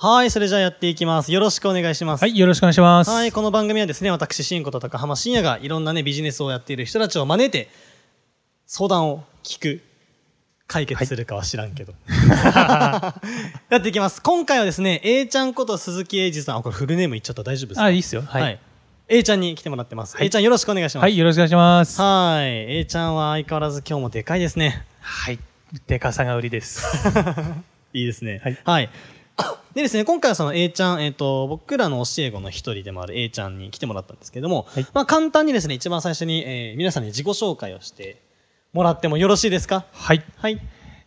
はい、それじゃあやっていきます。よろしくお願いします。はい、よろしくお願いします。はい、この番組はですね、私、新子と高浜深也がいろんなね、ビジネスをやっている人たちを招いて、相談を聞く、解決するかは知らんけ ど。やっていきます。今回はですね、A ちゃんこと鈴木英二さん、あ、これフルネーム言っちゃった大丈夫ですかあ、いいっすよ。はい。はい、 A ちゃんに来てもらってます。A ちゃんよろしくお願いします。よろしくお願いします。はい。A ちゃんは相変わらず今日もでかいですね。はい。でかさが売りです。いいですね。ははいい。でですね、今回はその A ちゃん、えっ、と、僕らの教え子の一人でもある A ちゃんに来てもらったんですけども、はいまあ簡単にですね、一番最初に、えー皆さんに自己紹介をしてもらってもよろしいですかはい。はい。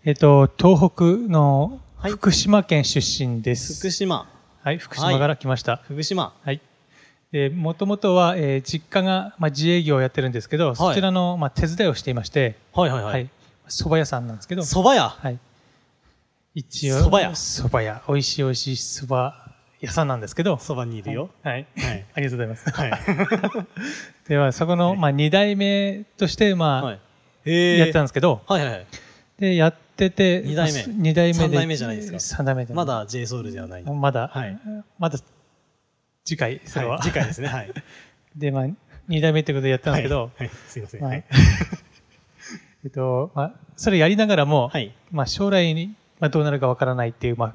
えっと、東北のはい福島県出身です。福島、はい、福島から来ました。はい。福島。で、もともとは、えー実家が、まあ、自営業をやってるんですけど、そちらの、まあ、手伝いをしていまして、はいはいははいい。。蕎麦屋さんなんですけど、蕎麦屋。はい。一応、蕎麦屋蕎麦屋。美味しい美味しい蕎麦屋さんなんですけど、そばにいるよ。はい。はい。ありがとうございます。はい。では、そこの、はいまあ、2代目として、はまい。あ、えーやってたんですけど、はいはいはい。で、やってて、二代目2代目で。三代目じゃないですか3代目で。ま。だ J ソウルではない。はい。まだ、はいまだ、次回、それは。次回ですね。はい。で、まあ、2代目ってことでやったんですけど、はい。はいすいません。まあはい。 えっと、まあ、それやりながらも、はい。まあ、将来に、まあ、どうなるかわからないっていう、まあ、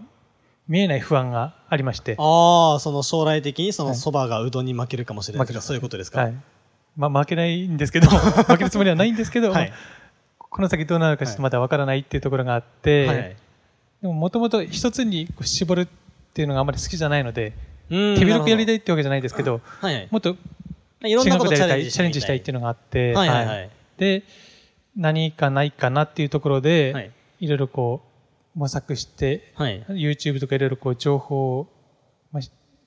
見えない不安がありまして、ああ、その将来的にそのはい蕎麦がうどんに負けるかもしれないとか、負けるそういうことですか、はい。まあ、負けないんで すけど、負けるつもりはないんですけど、はいまあこの先どうなるかちょっとまだわからないっていうところがあって、はいでももともと一つにこう絞るっていうのがあまり好きじゃないので、手手広くやりたい。いってわけじゃないですけど、はいはい。もっと違いろんなうここととチやャりたレンジい、チャレンジしたいっていうのがあって、はいはいはい。で、何かないかなっていうところで、はいい。、ろいろこう、模索して、はい。 YouTube とかいろいろこう、情報を、まあ、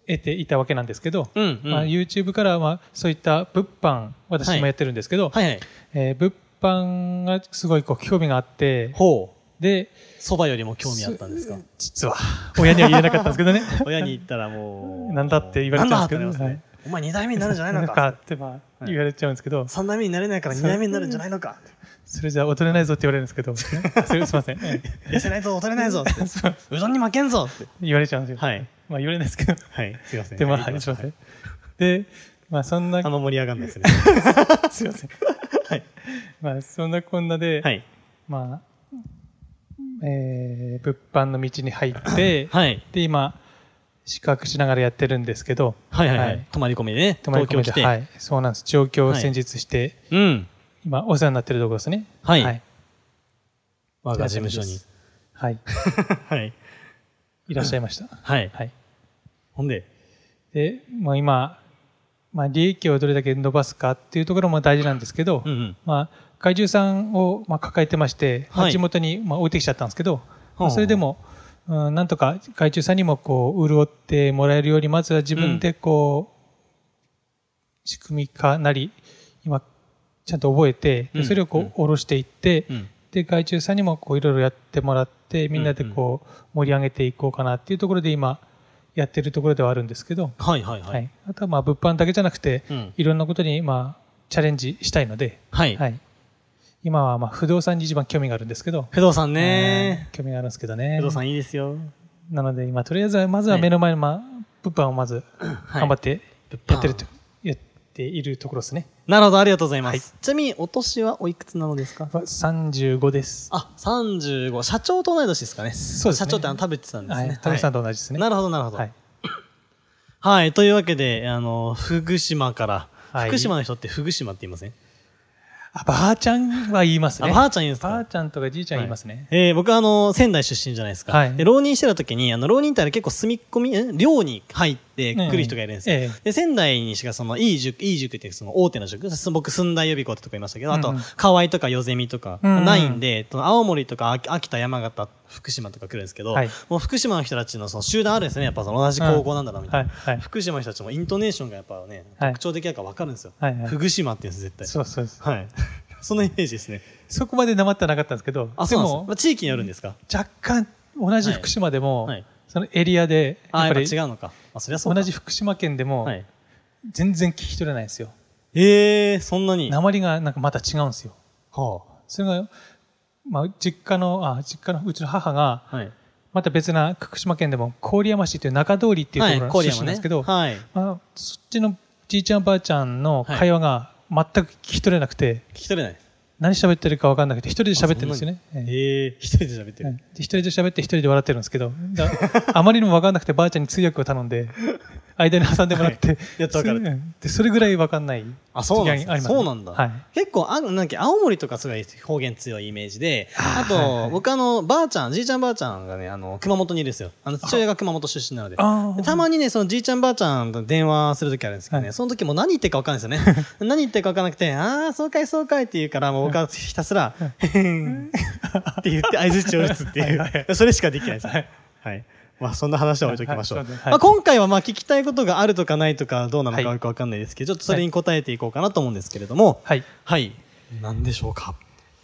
得ていたわけなんですけど、うん、うん。まあ、はい YouTube からは、まあ、そういった物販、私はいもやってるんですけど、はい。えー物販がすごいこう興味があって、ほう。で、蕎麦よりも興味あったんですかす実は、親には言えなかったんですけど ね。親に言ったらもう。 なんだって言われちゃうんですけどなんだってなりますね。お前二代目になるんじゃないのんかか。ってまはあい言われちゃうんですけど、三代目になれないから二代目になるんじゃないのか。それじゃ踊れないぞって言われるんです けど、すいません、ええ痩せないぞ、劣れないぞって。 そううどんに負けんぞって。言われちゃうんですよ。はい。まあ言われないですけど、はい。すいません。でまあ、ははいいすいませはいん。で、まあそんな、あんま盛り上がんないですね。すいません。はい。まあそんなこんなで、はい。まあ、えー、物販の道に入って、はい。で、今、資格しながらやってるんですけど、はいはいははいい。泊まり込みでね。泊まり東込京みで来て。はい、そうなんです。状況を先日して、うん。今、お世話になってるところですね。はい我が事務所。というに感じで。すはい。 はい。いらっしゃいました。はい。はい。ほんで。で、まあ今、まあ利益をどれだけ伸ばすかっていうところも大事なんですけど、うんうん。まあ、怪獣さんをまあ抱えてまして、まあはい地元にまあ置いてきちゃったんですけど、ほうほうそれでも、うん、なんとか怪獣さんにもこう、潤ってもらえるように、まずは自分でこう、仕組みかなり、今、ちゃんと覚えて、うんでそれをこうんう、下ろしていって、うん。で、外注さんにもこういろいろやってもらって、みんなでこう盛り上げていこうかなっていうところで今やってるところではあるんですけど、はいはいははい。い。あとはまあ物販だけじゃなくてうん、いろんなことにまあチャレンジしたいので、はい。はい。今はまあ不動産に一番興味があるんですけど、不動産ねえー興味があるんですけどね不。動産いいですよ。なので今とりあえずはまずは目の前のまあ物販をまずはい頑張ってやってると物販、やっているところですね。なるほど、ありがとうございます。ちなみに、お年はおいくつなのですか35です。あ、35。社長と同い年ですかね。そうですね社長ってあの、田淵さんですはい。ね。田辺さんと。と同じですね。なるほど、なるほどはい。。はい。というわけで、あの、福島から、はい福島の人って福島って言いませんあばあちゃんは言いますあ、ね。ばあちゃん言うんですばかあちゃんとかじいちゃん言いますね。えー、僕はあの仙台出身じゃないですか、はいで浪人してた時にあの浪人ってあれ結構住み込みん寮に入っって来る人がいるんですよ。ええで、仙台にしかその、いい塾、いい塾ってその大手の塾、す僕、寸大予備校ってとこいましたけど、あうとんうん、河合とか、よゼミとか、うんうんないんで、その青森とか、秋秋田、山形、福島とか来るんですけど、はいもう福島の人たちのその集団あるんですね。やっぱその同じ高校なんだな、みたいな。はいはい福島の人たちもイントネーションがやっぱね、はい特徴的だから分かるんですよ。はいはい福島って言うんです、絶対。そうそうですはい。そのイメージですね。そこまでなまってはなかったんですけどあ、でそうなんですかもまあ地域によるんですか若干同じ福島でも、はいはいそのエリアであ、やっやっぱぱり違うのか。あ、そりゃそうか同じ福島県でもはい。全然聞き取れないんですよ、えー、そんなに。は鉛がなんかまた違うんですよあ。それが、まあ、実家のあ実家のうちの母がはい。また別な福島県でも郡山市という中通りっていうところのはい出身なんですけど、はい。聞まあ、そっちのじいちゃんばあちゃんの会話が全く聞き取れなくて、き取れない。何喋ってるか分かんなくて一人で喋ってるんですよね。ええええー、一人で喋ってはる。いで一人で喋って一人で笑ってるんですけど、だあまりにも分かんなくてばあちゃんに通訳を頼んで、間に挟んでもらって、やっと分かるそれでそれぐらい分かんない。あ、そうなんだ。時があそりますねうなんだ。はい結構、あの、なんか、青森とかすごい方言強いイメージで、あと、はいはい僕あの、ばあちゃん、じいちゃんばあちゃんがね、あの、熊本にいるんですよ。あの、父親が熊本出身なので。あでたまにね、そのじいちゃんばあちゃんと電話するときあるんですけどね、はいその時もう何言ってるか分かんないですよ ね。何言ってるか分かんなくて、ああ、そうかいそうかいって言うから、もう僕はひたすら、へへんって言って相槌を打つっていう、それしかできないです。はい。まあそんな話は置いときましょう。はいそうですねまあ今回はまあ聞きたいことがあるとかないとかどうなのかはいよくわかんないですけど、ちょっとそれに答えていこうかなと思うんですけれども、はい。はい。何でしょうか。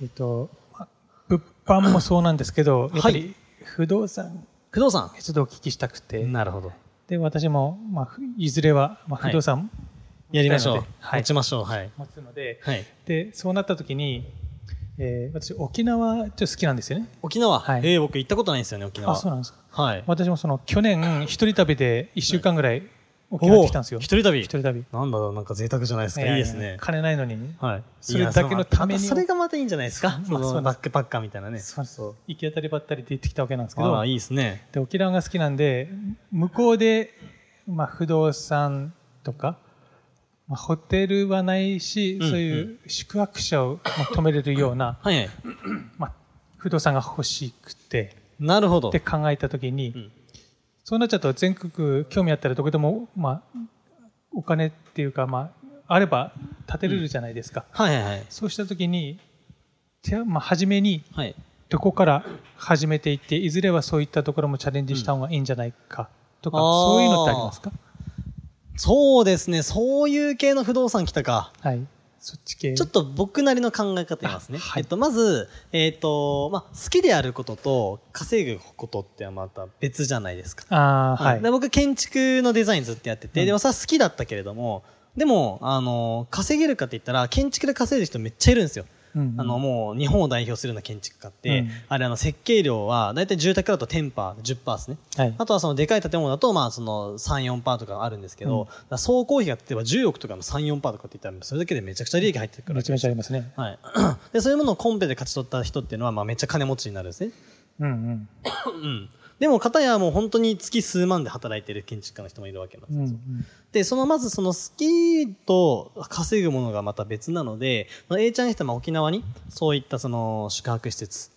えっと、ま物販もそうなんですけど、やっぱはいり不動産、工藤さちょっとお聞きしたくて、ん。なるほど。で、私も、まあ、ふいずれは、まあ、はい不動産やりましょう。はい持ちましょう。はい。持つので、はい。で、そうなった時に、えー私、沖縄、ちょっと好きなんですよね。沖縄。はいええ僕行ったことないんですよね、沖縄。あ、そうなんですか。はい。私もその、去年、一人旅で1週間ぐらい沖縄に来たんですよ。おー一人旅一人旅。なんだろう、なんか贅沢じゃないですか。いいですややね。金ないのに、はい。それだけのためにいやそれがまたいいんじゃないですか。そ そうまあそのうなんバでックパッカーみたいなね。そうそう行き当たりばったりで行ってきたわけなんですけあどら、いいですね。で沖縄が好きなんで向こうで、まあ、不動産とか、まあ、ホテルはないし、うんそういう宿泊者をまあ止めれるような、はいはい。まあ、不動産が欲しくてなるほどって。考えた時に、うんそうなっちゃうと全国興味あったらどこでも、まあ、お金っていうか、まあ、あれば建てれるじゃないですか、はいはいはい。そうした時に、てまあ、初めにはい。どこから始めていって、いずれはそういったところもチャレンジした方がいいんじゃないかとか、あーそういうのってありますかそうですね。そういう系の不動産来たか。はい。そっち系。ちょっと僕なりの考え方いますね。あはいえっと、まず、えっと、まあ、好きでやることと稼ぐことってまた別じゃないですか。ああ、はい。で僕建築のデザインずっとやってて、うんでもさ好きだったけれどもでもあの稼げるかって言ったら建築で稼いでる人めっちゃいるんですよ、うんうんあのもう日本を代表するような建築家って、うんあれあの設計料は大体住宅だと10パー10%ですねはい。あとはそのでかい建物だとまあその34%パーとかあるんですけど、うんだから総工費が例えば10億とかの34%パーとかって言ったらそれだけでめちゃくちゃ利益入ってくるわめけちゃめちゃありますね。はい、 でそういうものをコンペで勝ち取った人っていうのはまあめっちゃ金持ちになるんですねうんうんうん、でも片やもう本当に月数万で働いてる建築家の人もいるわけなんでうすんよ、うん。でそのまずそのスキーと稼ぐものがまた別なので、まあ、A ちゃんにしてはまあ沖縄にそういったその宿泊施設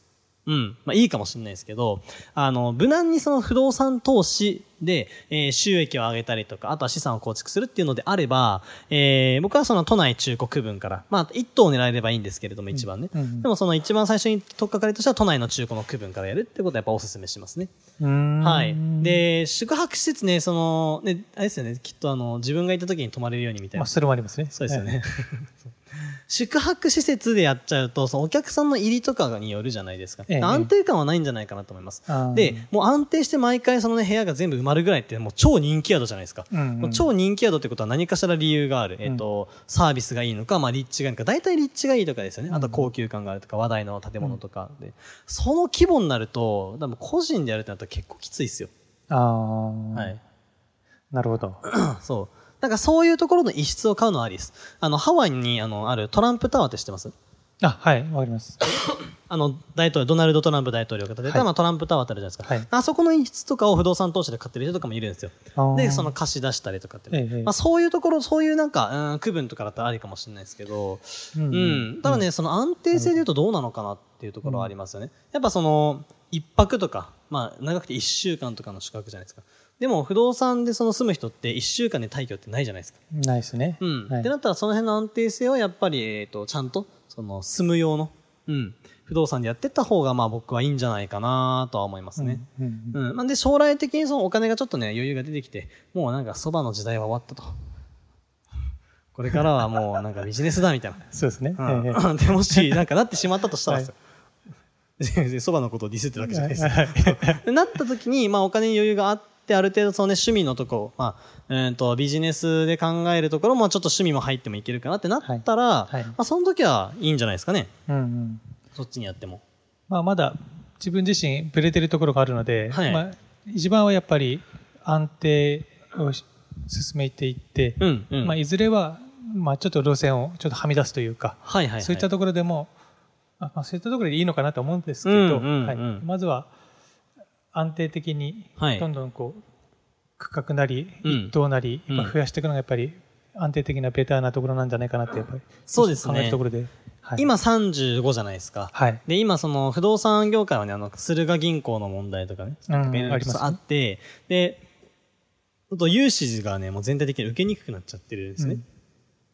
うん。まあいいかもしれないですけど、あの、無難にその不動産投資で、えー収益を上げたりとか、あとは資産を構築するっていうのであれば、えー僕はその都内中古区分から、まあ一棟を狙えればいいんですけれども、一番ね。うんうんでもその一番最初に取っかかりとしては都内の中古の区分からやるってことはやっぱお勧めしますね。うーんはい。、で、宿泊施設ね、その、ね、あれですよね、きっとあの、自分がいた時に泊まれるようにみたいまなあ、。それもありますね。そうですよね。 宿泊施設でやっちゃうと、そのお客さんの入りとかによるじゃないですか。ええ安定感はないんじゃないかなと思います。はい。で、もう安定して毎回そのね、部屋が全部埋まるぐらいって、もう超人気宿じゃないですか。あー、うんうもうん超人気宿ってことは何かしら理由がある、えっとサービスがいいのか、まあ、立地がいいのか大体立地がいいとかですよねあと高級感があるとか話題の建物とかで、その規模になると多分個人でやるってなったら結構きついですよ、ああ、はい、なるほど。そうなんかそういうところの一室を買うのはありですあのハワイにあのあるトランプタワーって知ってますあ、はい、わかります。あの大統領ドナルド・トランプ大統領が建てた、はいまあ、トランプタワーってあるじゃないですか、はいあそこの一室とかを不動産投資で買ってる人とかもいるんですよあーでその、貸し出したりとかって、ええええまあ、そういうところそういうなんか、うん、区分とかだったらありかもしれないですけどううんん、ただね、その安定性でいうとどうなのかなっていうところはありますよね、やっぱその一泊とか、まあ、長くて1週間とかの宿泊じゃないですかでも不動産でその住む人って1週間で退去ってないじゃないですか。ないですね。うん。はいってなったらその辺の安定性はやっぱり、えっ、と、ちゃんと、その住む用の、うん、不動産でやってった方がまあ僕はいいんじゃないかなとは思いますね。うんうんうん。なんで将来的にそのお金がちょっとね、余裕が出てきて、もうなんかそばの時代は終わったと。これからはもうなんかビジネスだみたいな。そうですね。ええうん、でもし、なんかなってしまったとしたらですよ。全然そばのことをディスってるわけじゃないです。でなった時に、まあお金に余裕があって、ある程度そのね、趣味のとこ、まあ、うんと、ビジネスで考えるところも、ちょっと趣味も入ってもいけるかなってなったら、いはいまあその時はいいんじゃないですかね。 うんうんそっちにやっても。まあ、まだ自分自身ぶれてるところがあるので、はいまあ、一番はやっぱり安定をし進めていって、うん、うん。まあ、いずれは、まあ、ちょっと路線をちょっとはみ出すというか、はいはい、はい。そういったところでも、あまあ、そういったところでいいのかなと思うんですけうんど、うんうんはいまずは安定的にはいどんどんこう区画なりうん一等なり、うんまあ増やしていくのがやっぱり安定的なベターなところなんじゃないかなってやっぱりそうですね考えるところで、はい、今35じゃないですか。はいで、今、その、不動産業界はね、あの、駿河銀行の問題とかね、うんいろいろありますねあって、で、あと融資がね、もう全体的に受けにくくなっちゃってるんですね。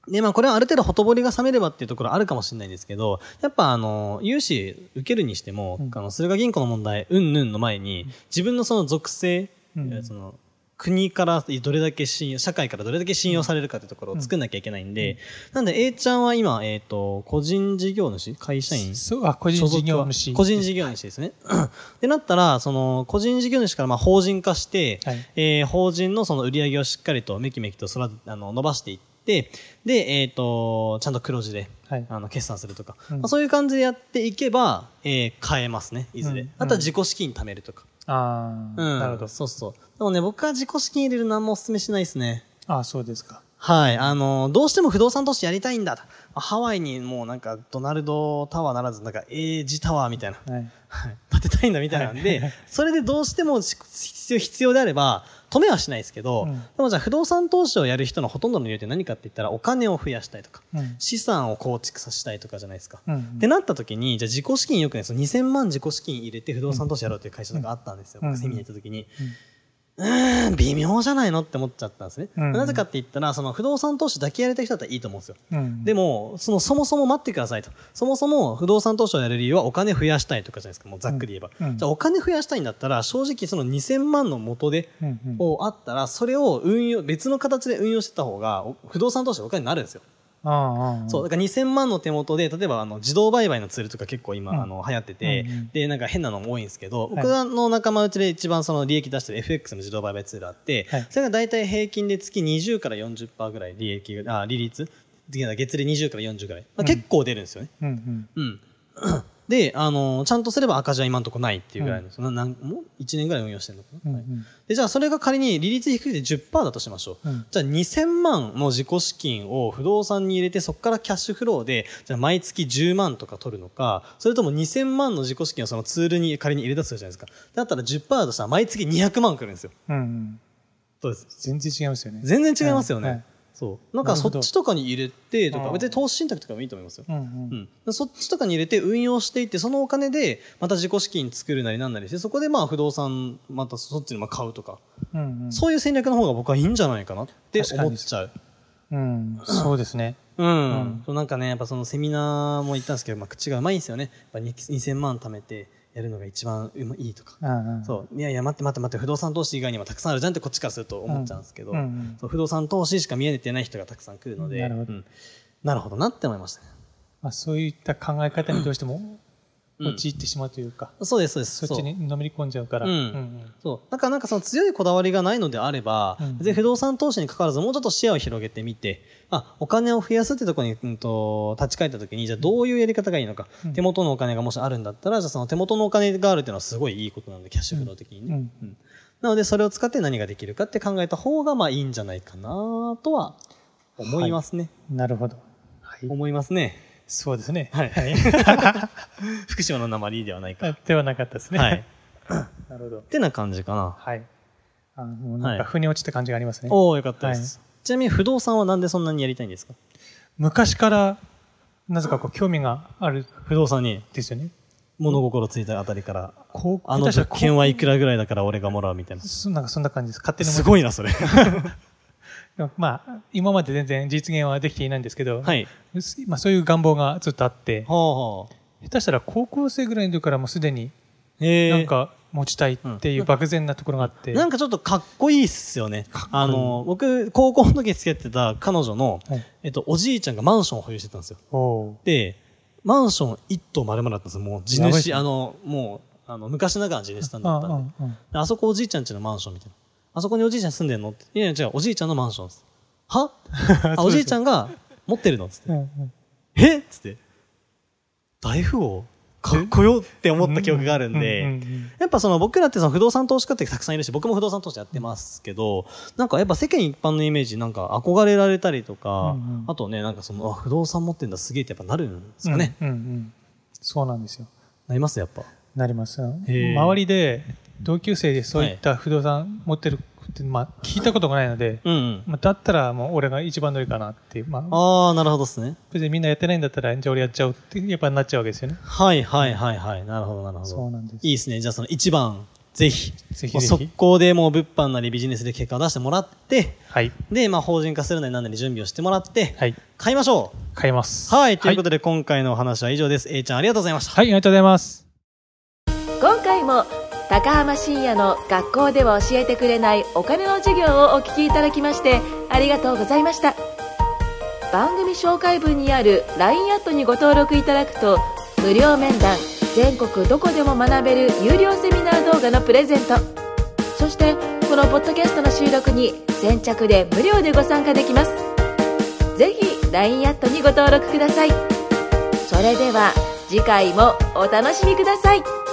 で、まあ、これはある程度ほとぼりが冷めればっていうところあるかもしれないですけど、やっぱ、あの、融資受けるにしても、うんあの、駿河銀行の問題、うんぬんの前に、自分のその属性、うんえーその、国からどれだけ信用、社会からどれだけ信用されるかってところを作んなきゃいけないんで、なんで A ちゃんは今、えっ、と、個人事業主会社員そうあ個人事業主個人事業主ですね。 ってなったら、その、個人事業主からまあ法人化して、はいえー法人のその売り上げをしっかりとめきめきと育てあの伸ばしていって、で、えっ、と、ちゃんと黒字で、はいあの決算するとか、うんまあ、そういう感じでやっていけば、えー買えますね、いずれ。うんあとは自己資金貯めるとか。ああ、うんなるほどそうそう。でもね、僕は自己資金入れるのはあんまお勧めしないですね。ああそうですかはい。あの、どうしても不動産投資やりたいんだと。ハワイにもうなんかドナルドタワーならず、なんかエイジタワーみたいな。はいはい 建てたいんだみたいなんで、それでどうしてもし必要必要であれば、止めはしないですけど、うんでもじゃあ不動産投資をやる人のほとんどの理由って何かって言ったら、お金を増やしたいとか、うん資産を構築させたいとかじゃないですか。うんってなった時に、じゃあ自己資金よくね、その2000万自己資金入れて不動産投資やろうっていう会社とかあったんですよ。うん僕セミナー行った時に。うーん、微妙じゃないのって思っちゃったんですね。うんなぜかって言ったら、その不動産投資だけやりたい人だったらいいと思うんですよ。うんでも、その、そもそも待ってくださいと。そもそも不動産投資をやる理由はお金増やしたいとかじゃないですか。もうざっくり言えば。うんうんじゃあお金増やしたいんだったら、正直その2000万の元で、うんうんをあったら、それを運用、別の形で運用してった方が、お不動産投資はお金になるんですよ。ああああそう、だから2000万の手元で、例えばあの自動売買のツールとか結構今、うんあの流行ってて、うんうんで、なんか変なのも多いんですけど、い僕の仲間内で一番その利益出してる FX の自動売買ツールあって、はいそれが大体平均で月20から40%ぐらい利益が、あ、利率、月利20から40ぐらい。まあ、うん結構出るんですよね。うんうんうん。で、あの、ちゃんとすれば赤字は今んとこないっていうぐらいの、そのなんもう1年ぐらい運用してるのかうな。んうはいんでじゃあそれが仮に利率低くて10%だとしましょう、うんじゃあ2000万の自己資金を不動産に入れてそこからキャッシュフローでじゃあ毎月10万とか取るのかそれとも2000万の自己資金をそのツールに仮に入れ出するじゃないですかだったら10%だとしたら毎月200万くるんですようんうんそうです全然違いますよね全然違いますよね、はいはいそうなんかなるそほっどちとかに入れてとあかー別に投資信託とかもいいと思いますようんううんん、そっちとかに入れて運用していってそのお金でまた自己資金作るなりなんなりしてそこでまあ不動産またそっちにまあ買うとかうんうんそういう戦略の方が僕はいいんじゃないかなって確かに思っちゃう。うんそうですねうん、うんそうなんかね、やっぱそのセミナーも行ったんですけど、まあ、口がうまいんですよね。やっぱに2000万貯めてやるのが一番うまいいとか。うんうんそう。いやいや、待って待って待って、不動産投資以外にもたくさんあるじゃんってこっちからすると思っちゃうんですけど、うんうんそう不動産投資しか見えてない人がたくさん来るので、なるほどうんなるほどなって思いましたね。まあそういった考え方にどうしてもうん陥ってしまうというかそうです、そうです。そっちそうにのめり込んじゃうからうんうんそう。だからなんかその強いこだわりがないのであれば、うん別に不動産投資に関わらずもうちょっと視野を広げてみて、あ、お金を増やすってところに、うんと、立ち返った時に、じゃあどういうやり方がいいのか、うん手元のお金がもしあるんだったら、じゃあその手元のお金があるっていうのはすごいいいことなんで、キャッシュフロー的にね。うんうんなのでそれを使って何ができるかって考えた方がまあいいんじゃないかなとは思いますね。なるほどはい思いますね。そうですねはい。 福島の鉛ではないか。あ ではなかったですねはい。なるほどってな感じかな。はいあもうなんはいか腑に落ちた感じがありますねおおよかったです、ちなみに不動産はなんでそんなにやりたいんですか昔からなぜかこう興味があるん不動産にですよね物心ついたあたりから、こう、あの下手した物らこう件はいくらぐらいだから俺がもらうみたいな。そなんかそんな感じです。勝手にすごいな、 それ。思いまあ、今まで全然実現はできていないんですけど、はい。まあ、そういう願望がずっとあって、はあはあ。下手したら高校生ぐらいの時からもうすでに、ええなんか持ちたいっていう漠然なところがあって、なんかちょっとかっこいいっすよね。かっこいいあの、僕、高校の時付き合ってた彼女の、はいえっと、おじいちゃんがマンションを保有してたんですよ。おうで、マンション一棟丸々だったんですよ。もう地やばいっす主、ねあの、もう、あの、昔ながらの地主さんだったんで。あああであそこおじいちゃんちのマンションみたいな。あそこにおじいちゃん住んでんのって。いやいや違う、おじいちゃんのマンションです。 はあ、おじいちゃんが持ってるのっつってう。んうんえっつって。大富豪かっこよって思った記憶があるんで。うううんやっぱその僕らってその不動産投資家ってたくさんいるし、僕も不動産投資やってますけど、なんかやっぱ世間一般のイメージなんか憧れられたりとかうんうん、あとね、なんかその、あ、不動産持ってんだすげえってやっぱなるんですかね。うんうんうんそうなんですよ。なりますやっぱ。なります。え周りで同級生でそういった不動産持ってるって、まあ、聞いたことがないので、うんうん。まあ、だったらもう俺が一番乗りかなっていう、まあ、ああ、なるほどですね。別にみんなやってないんだったらじゃあ俺やっちゃおうってやっぱなっちゃうわけですよね。はいはいはいはい。なるほどなるほそうど。なんです。いいですね。じゃあその一番、ぜひ。ぜもひうぜ速ひ。攻でもう物販なりビジネスで結果を出してもらって、はい。で、まあ法人化するなりなんなり準備をしてもらって、はい。買いましょう買います。はい、ということで。で今回のお話は以上です。A ちゃんありがとうございました。はい、ありがとうございます。今回も高浜深也の学校では教えてくれないお金の授業をお聞きいただきましてありがとうございました番組紹介文にある LINE アットにご登録いただくと無料面談全国どこでも学べる有料セミナー動画のプレゼントそしてこのポッドキャストの収録に先着で無料でご参加できますぜひ LINE アットにご登録くださいそれでは次回もお楽しみください